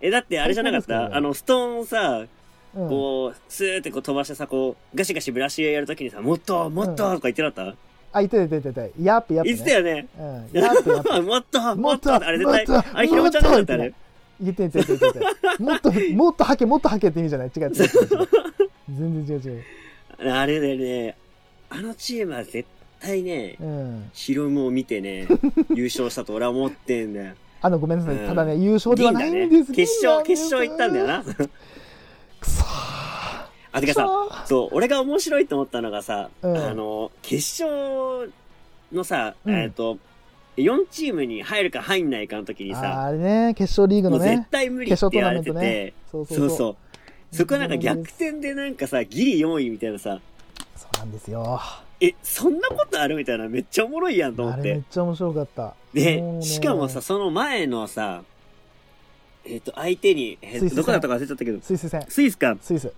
S4: えだってあれじゃなかっ
S3: そうなんですけ
S4: た
S3: ど
S4: あのストーンをさ
S3: うん、
S4: こうスーってこう飛ばしてさこうガシガシブラシをやるときにさもっともっととか言ってなかった
S3: あ、いててててて。やっぺやっぺ、
S4: 言
S3: ね。
S4: ってたよね (laughs)
S3: うん、やっぺやっぺ。
S4: もっと
S3: も
S4: も
S3: っ
S4: っ
S3: と
S4: とあれ絶
S3: もっ
S4: 対
S3: と
S4: あれひろちゃんだったあれ
S3: 言ってんてててて。もっと、もっと吐け、もっと吐けって意味じゃない
S4: (laughs)
S3: 違う違う違う違う。全然違う違う。
S4: あれだよねあのチームは絶対ね
S3: うん。
S4: ヒロムを見て
S3: (laughs)
S4: ね優勝したと俺は思ってんだよ
S3: あの、ごめんなさい。
S4: うん
S3: ただね、優勝では
S4: 銀
S3: な
S4: だ
S3: いん
S4: ね
S3: ですけど、
S4: 決勝決勝行ったんだよ。な
S3: くそ
S4: あてかさ
S3: ー。
S4: そう俺が面白いと思ったのがさ、
S3: うん
S4: あの決勝のさ、
S3: うん
S4: えっと4チームに入るか入んないかの時に
S3: あ
S4: さ
S3: ーあれね、決勝リーグ
S4: も
S3: の
S4: う絶
S3: ね。
S4: 対無理って言われてて、
S3: そうそう
S4: そ
S3: そうう。
S4: そうそこはなんか逆転でなんかさギリ4位みたいなさ
S3: そうなんですよ。
S4: えそんなことあるみたいなめっちゃおもろいやんと思
S3: あ
S4: っ
S3: れめ
S4: て
S3: っちゃ面白かった。
S4: で
S3: うね
S4: しかもさ、その前のさえっ、と相手に、え
S3: スイ
S4: ー
S3: ス戦
S4: とどこだったか忘れちゃったけど
S3: スイス戦、
S4: スイスか
S3: スイス。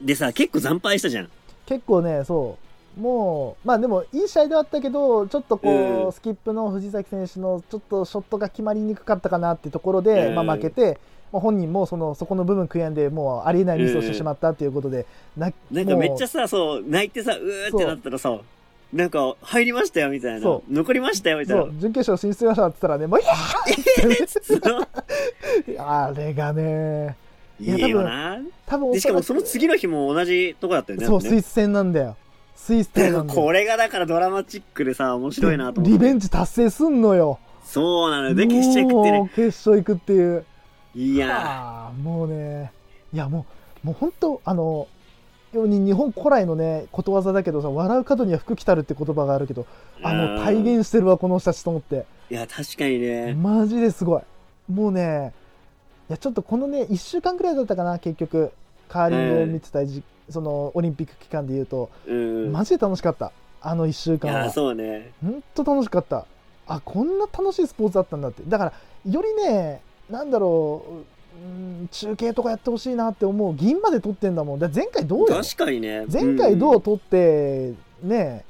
S4: でさ結構惨敗したじゃん
S3: 結構ね、そう、もう、まあでも、いい試合ではあったけど、ちょっとこう、
S4: うん
S3: スキップの藤崎選手のちょっとショットが決まりにくかったかなってところで、
S4: うん
S3: まあ負けて、もう本人もそのそこの部分悔やんで、もうありえないミスをしてしまったっていうことで、な
S4: なんかめっちゃ
S3: も
S4: さそう泣いてさうーってなったらさなんか入りましたよみたいな
S3: そ
S4: 残りましたよみ
S3: う
S4: たい
S3: そ
S4: な
S3: う準決勝進出しましたって言ったらね、もう、いや
S4: そう (laughs)
S3: ーあれがね、い
S4: い
S3: や
S4: いよな
S3: 多分
S4: でしかも
S3: おそ
S4: そ
S3: ら
S4: の
S3: く
S4: 次の日も同じとこだったよね
S3: そう、
S4: ね
S3: スイス戦なんだよ。スイス戦なんだよ。
S4: これがだからドラマチックでさ面白いなと思って
S3: リベンジ達成すんのよ。
S4: そうなのよで決勝行くって
S3: もう
S4: ね
S3: 決勝行くっていう。
S4: いや
S3: ああ、もうね。いや、もう、もう本当、あの、ように日本古来のね、ことわざだけどさ、笑う角には福来たるって言葉があるけど、あの、
S4: うん
S3: 体現してるわ、この人たちと思って。
S4: いや確かにね
S3: マジですごい。もうね、いや、ちょっとこのね、1週間くらいだったかな、結局、カーリングを見てた時、その、オリンピック期間で言うと、
S4: うん
S3: マジで楽しかった。あの1週
S4: い
S3: 間
S4: や
S3: は。
S4: そうね
S3: 本当楽しかったあこんな楽しいスポーツだったんだってだからよりねなんだろううん中継とかやってほしいなって思う銀まで取ってんだもんだから前回どうよ
S4: 確かにね
S3: 前回ど
S4: う
S3: う取って、ね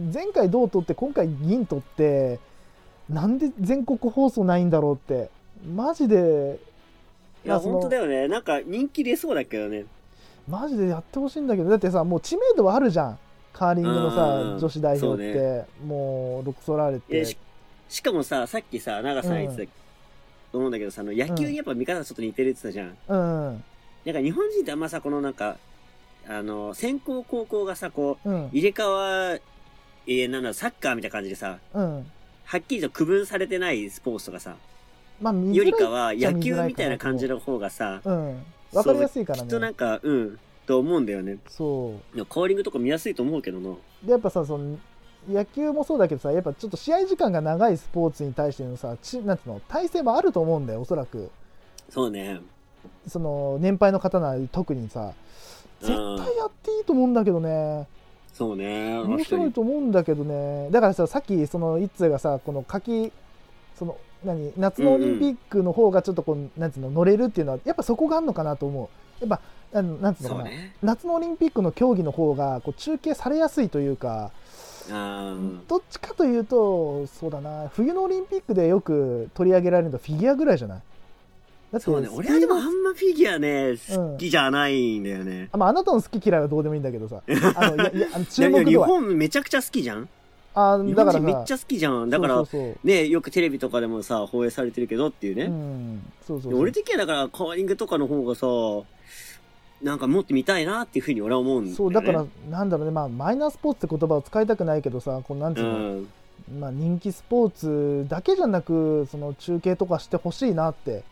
S3: 前回どう取って今回銀取ってなんで全国放送ないんだろうってマジで
S4: んいや
S3: その
S4: 本当だよねなんか人気出そうだけどね
S3: マジでやってほしいんだけどだってさもう知名度はあるじゃんカーリングの
S4: う
S3: さ
S4: ん
S3: 女子代表って
S4: そ
S3: もうロクソラーレっ
S4: いや
S3: て
S4: ししかもささっきさ長さん言ってたと思うんだけどさあの野球にやっぱ見方がちょっと似てるって言ってたじゃん
S3: うん
S4: なんか日本人ってあんまさこのなんかあの先行高校がさこう
S3: うん
S4: 入れ替わえーなんだろうサッカーみたいな感じでさ
S3: うん
S4: はっきりと区分されてないスポーツとかさ
S3: まあ、見づらい
S4: よりかは野
S3: 見づらいか
S4: 球
S3: な
S4: みたいな感じの方がさ
S3: うん。わかりやすいから
S4: きっとな
S3: ね
S4: ん。かうんと思うんだよね
S3: そ
S4: いやカーリングとか見やすいと思うけどな
S3: う。で、やっぱさ、その、野球もそうだけどさ、やっぱちょっと試合時間が長いスポーツに対してのさ、ちなんていうの、体制もあると思うんだよ、おそらく。
S4: そうね
S3: その、年配の方なり特にさ、絶対やっていいと思うんだけどね。
S4: そうね
S3: 面白いと思うんだけどね。だからさ、さっき、その、一通がさ、この柿、その、何夏のオリンピックの方がちょっとこう、なんつうの乗れるっていうのはやっぱそこがあるのかなと思うやっぱあのなんつうの
S4: そ
S3: か
S4: う
S3: な、
S4: ね
S3: 夏のオリンピックの競技の方がこう中継されやすいというか、
S4: あー
S3: どっちかというとそうだな冬のオリンピックでよく取り上げられるのフィギュアぐらいじゃないだって
S4: そうね、
S3: スキー
S4: 俺はでもあんまフィギュアね、好きじゃないんだよね。
S3: あまああなたの好き嫌いはどうでもいいんだけど
S4: (laughs)
S3: さあのいやいやあの
S4: いや
S3: 注
S4: いや
S3: 目
S4: 日
S3: 度は
S4: 本めちゃくちゃ好きじゃん
S3: あ
S4: 日
S3: ーだから
S4: 本人
S3: さ
S4: めっちゃ好きじゃん。だから、
S3: そうそう
S4: ね、よくテレビとかでもさ、放映されてるけどっていうね。
S3: そううんそうそう
S4: で
S3: そう
S4: 俺的にはだから、カーリングとかの方がさ、なんか持ってみたいなっていうふうに俺は思うんだよね。
S3: そうだからなんだろうねまあマイナースポーツって言葉を使いたくないけどさこうなんていううの、
S4: ん。
S3: まあ、人気スポーツだけじゃなくその中継とかしてほしいなって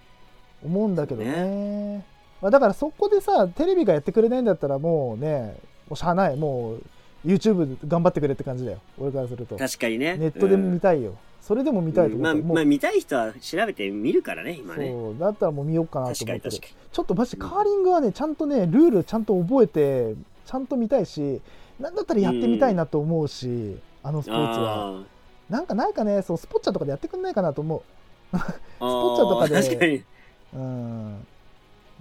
S3: 思うんだけどねまあ、だからそこでさテレビがやってくれないんだったらもうねもうしゃあないもう YouTube 頑張ってくれって感じだよ俺からするとネ
S4: 確かにね。
S3: ットでも見
S4: た
S3: たいよ、それでも見たいと思
S4: ま
S3: っ
S4: あ、
S3: て、もう
S4: まあ、見たい人は調べて見るからね、今ね。
S3: そうだったらもう見ようかなと
S4: 確か
S3: 思っ
S4: に
S3: てる
S4: 確かに。
S3: ちょっとマジカーリングはねちゃんとねルールちゃんと覚えてちゃんと見たいしなんだったらやってみたいなと思うし、あのスポーツは
S4: あー
S3: なんかないかねそうスポッチャとかでやってくんないかなと思う
S4: あ
S3: ポッチャとかで
S4: ー確かに。
S3: うん、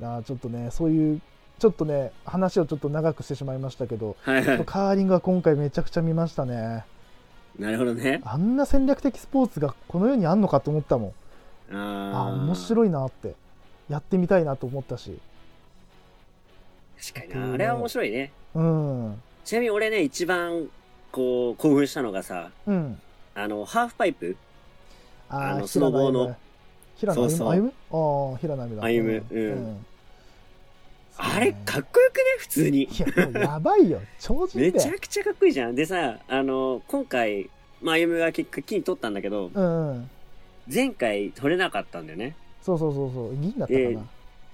S3: あーちょっとね、そういう、ちょっとね、話をちょっと長くしてしまいましたけど、
S4: はいは
S3: カーリングは今回めちゃくちゃ見ましたね。
S4: い。なるほどね。
S3: あんな戦略的スポーツがこの世にあんのかと思ったもん。
S4: あー
S3: あー面白いなって。やってみたいなと思ったし。
S4: 確かにな。あれは面白いね。
S3: うん。
S4: ちなみに俺ね、一番、こう、興奮したのがさ、
S3: うん。
S4: あの、ハーフパイプ
S3: あ
S4: あ
S3: ー
S4: のスノボーの。
S3: 平野歩夢
S4: そうそう
S3: 平野歩夢ああ、平野歩夢だ。
S4: 歩夢うんあれ、かっこよくね普通に。
S3: いや、もうやばいよ。超人だ
S4: め
S3: よ。
S4: ちゃくちゃかっこいいじゃん。でさ、あの、今回、まあ、歩が結果金取ったんだけど、
S3: うんうん。
S4: 前回取れなかったんだよね。
S3: そうそうそうそう。銀だったか
S4: え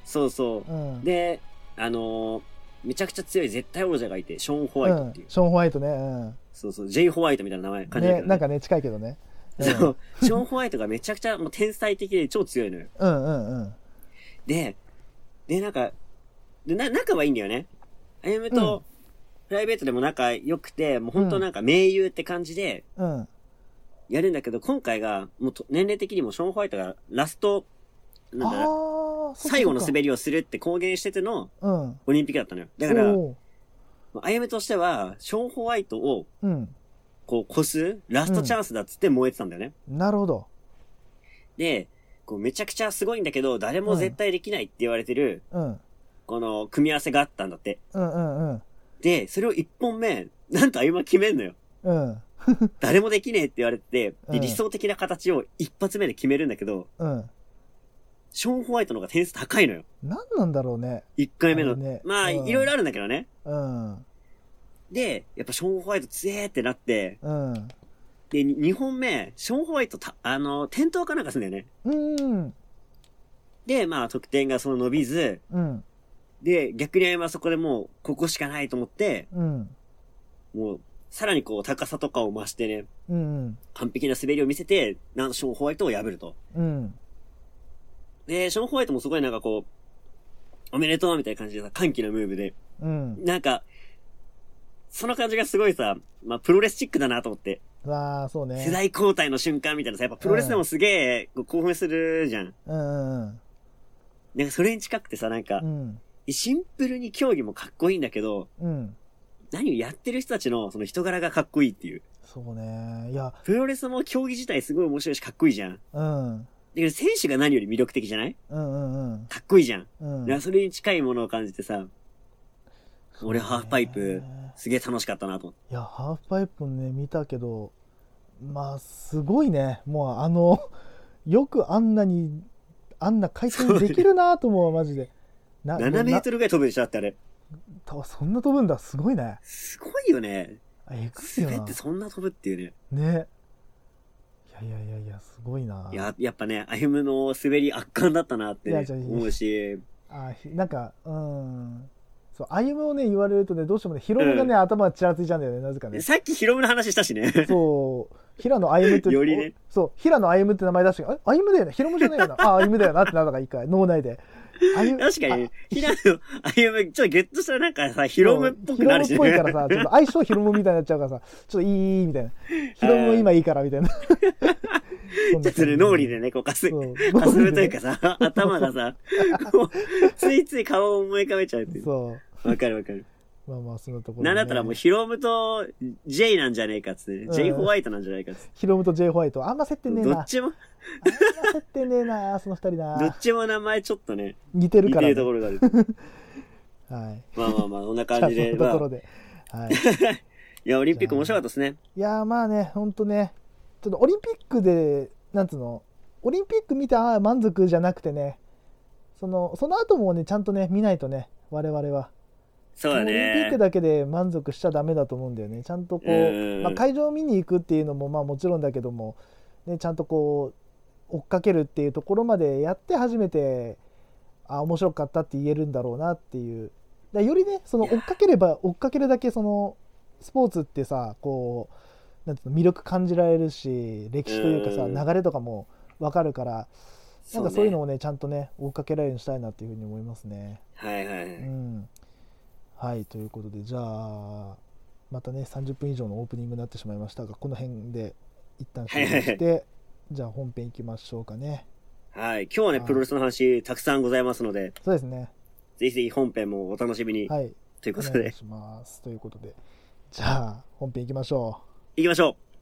S4: そうそう。
S3: な。うん。
S4: で、あの、めちゃくちゃ強い絶対王者がいて、ショーン・ホワイトっていう。
S3: うん、ショーン・ホワイトね、うん
S4: そうそう、ジェイ・ホワイトみたいな名前、感じだ
S3: ね
S4: けど、
S3: なんかね近いけどね、うん、
S4: そう、ショーン・ホワイトがめちゃくちゃもう天才的で超強いのよ。
S3: うんうんうん
S4: で、で、なんか、で、な、仲はいいんだよね。歩夢と、プライベートでも仲良くて、もう本当なんか盟友って感じで、
S3: うん
S4: やるんだけど、今回が、もうと年齢的にもショーン・ホワイトがラスト、なんだろう、
S3: ああ
S4: 最後の滑りをするって公言してての
S3: うん
S4: オリンピックだったのよ。だから、
S3: お
S4: あやめとしては、ショーン・ホワイトを、
S3: ーうん
S4: こう、越す、ラストチャンスだっつって燃えてたんだよね。
S3: なるほど
S4: で、こう、めちゃくちゃすごいんだけど、誰も絶対できないって言われてる、
S3: うん
S4: この、組み合わせがあったんだって。
S3: うんうんうん
S4: で、それを一本目、なんとあゆま決めんのよ。
S3: うん
S4: 誰もできねえって言われて、
S3: う
S4: で
S3: ん
S4: 理想的な形を一発目で決めるんだけど、
S3: うん
S4: ショーン・ホワイトの方が点数高いのよ。
S3: 何なんだろうね
S4: 一回目
S3: あ
S4: の。
S3: れね
S4: まあ、
S3: うん
S4: いろいろあるんだけどね。
S3: うん
S4: で、やっぱショーン・ホワイト強えってなって、
S3: うん
S4: で、に二本目、ショーン・ホワイトた、あの、転倒かなんかすんだよね。
S3: うん
S4: で、まあ、得点がその伸びず、
S3: うん
S4: で、逆に今そこでもう、ここしかないと思って、
S3: うん
S4: もう、さらにこう、高さとかを増してね、
S3: うん
S4: 完璧な滑りを見せて、なんショーン・ホワイトを破ると。
S3: うん
S4: で、ショーン・ホワイトもすごいなんかこう、おめでとうみたいな感じでさ、歓喜のムーブで、
S3: うん
S4: なんか、その感じがすごいさ、まあ、プロレスチックだなと思って。
S3: ああそうね
S4: 世代交代の瞬間みたいなさ、やっぱプロレスでもすげえこう興奮するじゃん。
S3: うんうん
S4: なんかそれに近くてさ、なんか
S3: う、ん
S4: シンプルに競技もかっこいいんだけど、
S3: うん
S4: 何をやってる人たちのその人柄がかっこいいっていう。
S3: そうねいや
S4: プロレスも競技自体すごい面白いしかっこいいじゃん。だ
S3: うんうん
S4: けど選手が何より魅力的じゃない
S3: うんうん
S4: かっこいいじゃん。だ
S3: うん
S4: からそれに近いものを感じてさ、俺ハーフパイプすげえ楽しかったなと思って。
S3: いや、ハーフパイプね、見たけど、まあ、すごいね。もう、あの、 (laughs) よくあんなに、あんな回転できるなと思う、マジで。な
S4: 7メートルぐらい飛ぶでしょだってあれ。
S3: ななそんな飛ぶんだ、すごいね。
S4: すごいよね。
S3: えぐい
S4: 滑っ
S3: よ
S4: てそんな飛ぶっていうね。
S3: な。ね。いやいやいやいや、すごいな。
S4: いや、やっぱね、歩夢の滑り圧巻だったなって
S3: い
S4: ね、
S3: やじゃあ
S4: 思うし、
S3: あひなんか、うん。そう、歩夢をね、言われるとね、どうしてもね、ヒロムがね、頭がちらついちゃうんだよね、なぜかね。
S4: さっきヒロムの話した
S3: (laughs)
S4: しね。 (laughs)
S3: そう、平野歩夢って、
S4: よりね
S3: おそう、平野歩夢って名前出して、あれ歩夢だよね、ヒロムじゃない
S4: (laughs)
S3: よな、あ、歩夢だよなってなのがいいか、脳内で。確
S4: 確かに、ひなの、歩夢、ちょっとゲッとしたらなんかさ、ヒロムっぽくなるし
S3: ヒ
S4: ね。
S3: ロムっぽいから
S4: (laughs)
S3: さ、ちょっと相性ヒロムみたいになっちゃうからさ、ちょっといいいいみたいな。ヒロム今いいからみたいな。そんな感じ
S4: (laughs) それ脳裏でね、こうかす、
S3: そう
S4: かするというかさ、頭がさ、こうついつい顔を思い浮かべちゃうっていう。
S3: そう。
S4: わかるわかる。
S3: まあまあ、そのところ、
S4: なんだったらもうヒロムと J なんじゃねえかっつって、ね、J ホワイトなんじゃないかっつって。
S3: ヒロムと J ホワイト。あんま接点ねえ
S4: ど
S3: な。
S4: っちも、
S3: あんま接点ねえな、その二人
S4: ど
S3: な
S4: っ。ちも名前ちょっとね、
S3: 似てる
S4: 似
S3: か
S4: て
S3: ら、
S4: る
S3: ね。
S4: ところがある。
S3: はい。
S4: まあまあまあ、こん
S3: (laughs) じ
S4: な
S3: ゃ
S4: 感
S3: あ、
S4: じ
S3: そ
S4: で。
S3: の
S4: ま
S3: と
S4: あ
S3: ころ、で。はい。
S4: いや、オリンピック面白かったですね。
S3: いやーまあね、ほんとね、ちょっとオリンピックで、なんつうの、オリンピック見て、ああ、満足じゃなくてね、その、その後もね、ちゃんとね、見ないとね、我々は。
S4: そうだ
S3: オリンピッ
S4: ね
S3: ク。だけで満足しちゃダメだと思うんだよね。ちゃんとこ
S4: う
S3: う、
S4: ん
S3: まあ、会場を見に行くっていうのも、まあもちろんだけども、ね、ちゃんとこう、追っかけるっていうところまでやって初めて、ああ、面白かったって言えるんだろうなっていう。だよりね、その追っかければ追っかけるだけ、その、スポーツってさ、こう、なんていうの、魅力感じられるし、歴史というかさ、
S4: うん
S3: 流れとかもわかるから、なんかそういうのをね、ちゃんとね、追っかけられるようにしたいなっていうふうに思いますね。
S4: そうねはいは
S3: う
S4: い。
S3: ん、はいということでじゃあまたね30分以上のオープニングになってしまいましたがこの辺で一旦終了してじゃあ本編いきましょうかね
S4: はい。今日はね、
S3: はい
S4: プロレスの話たくさんございますので、
S3: そうですね
S4: ぜひぜひ本編もお楽しみに、
S3: はい
S4: という
S3: お
S4: こと
S3: 願い
S4: で、
S3: しますということでじゃあ本編いきましょう
S4: 行きましょう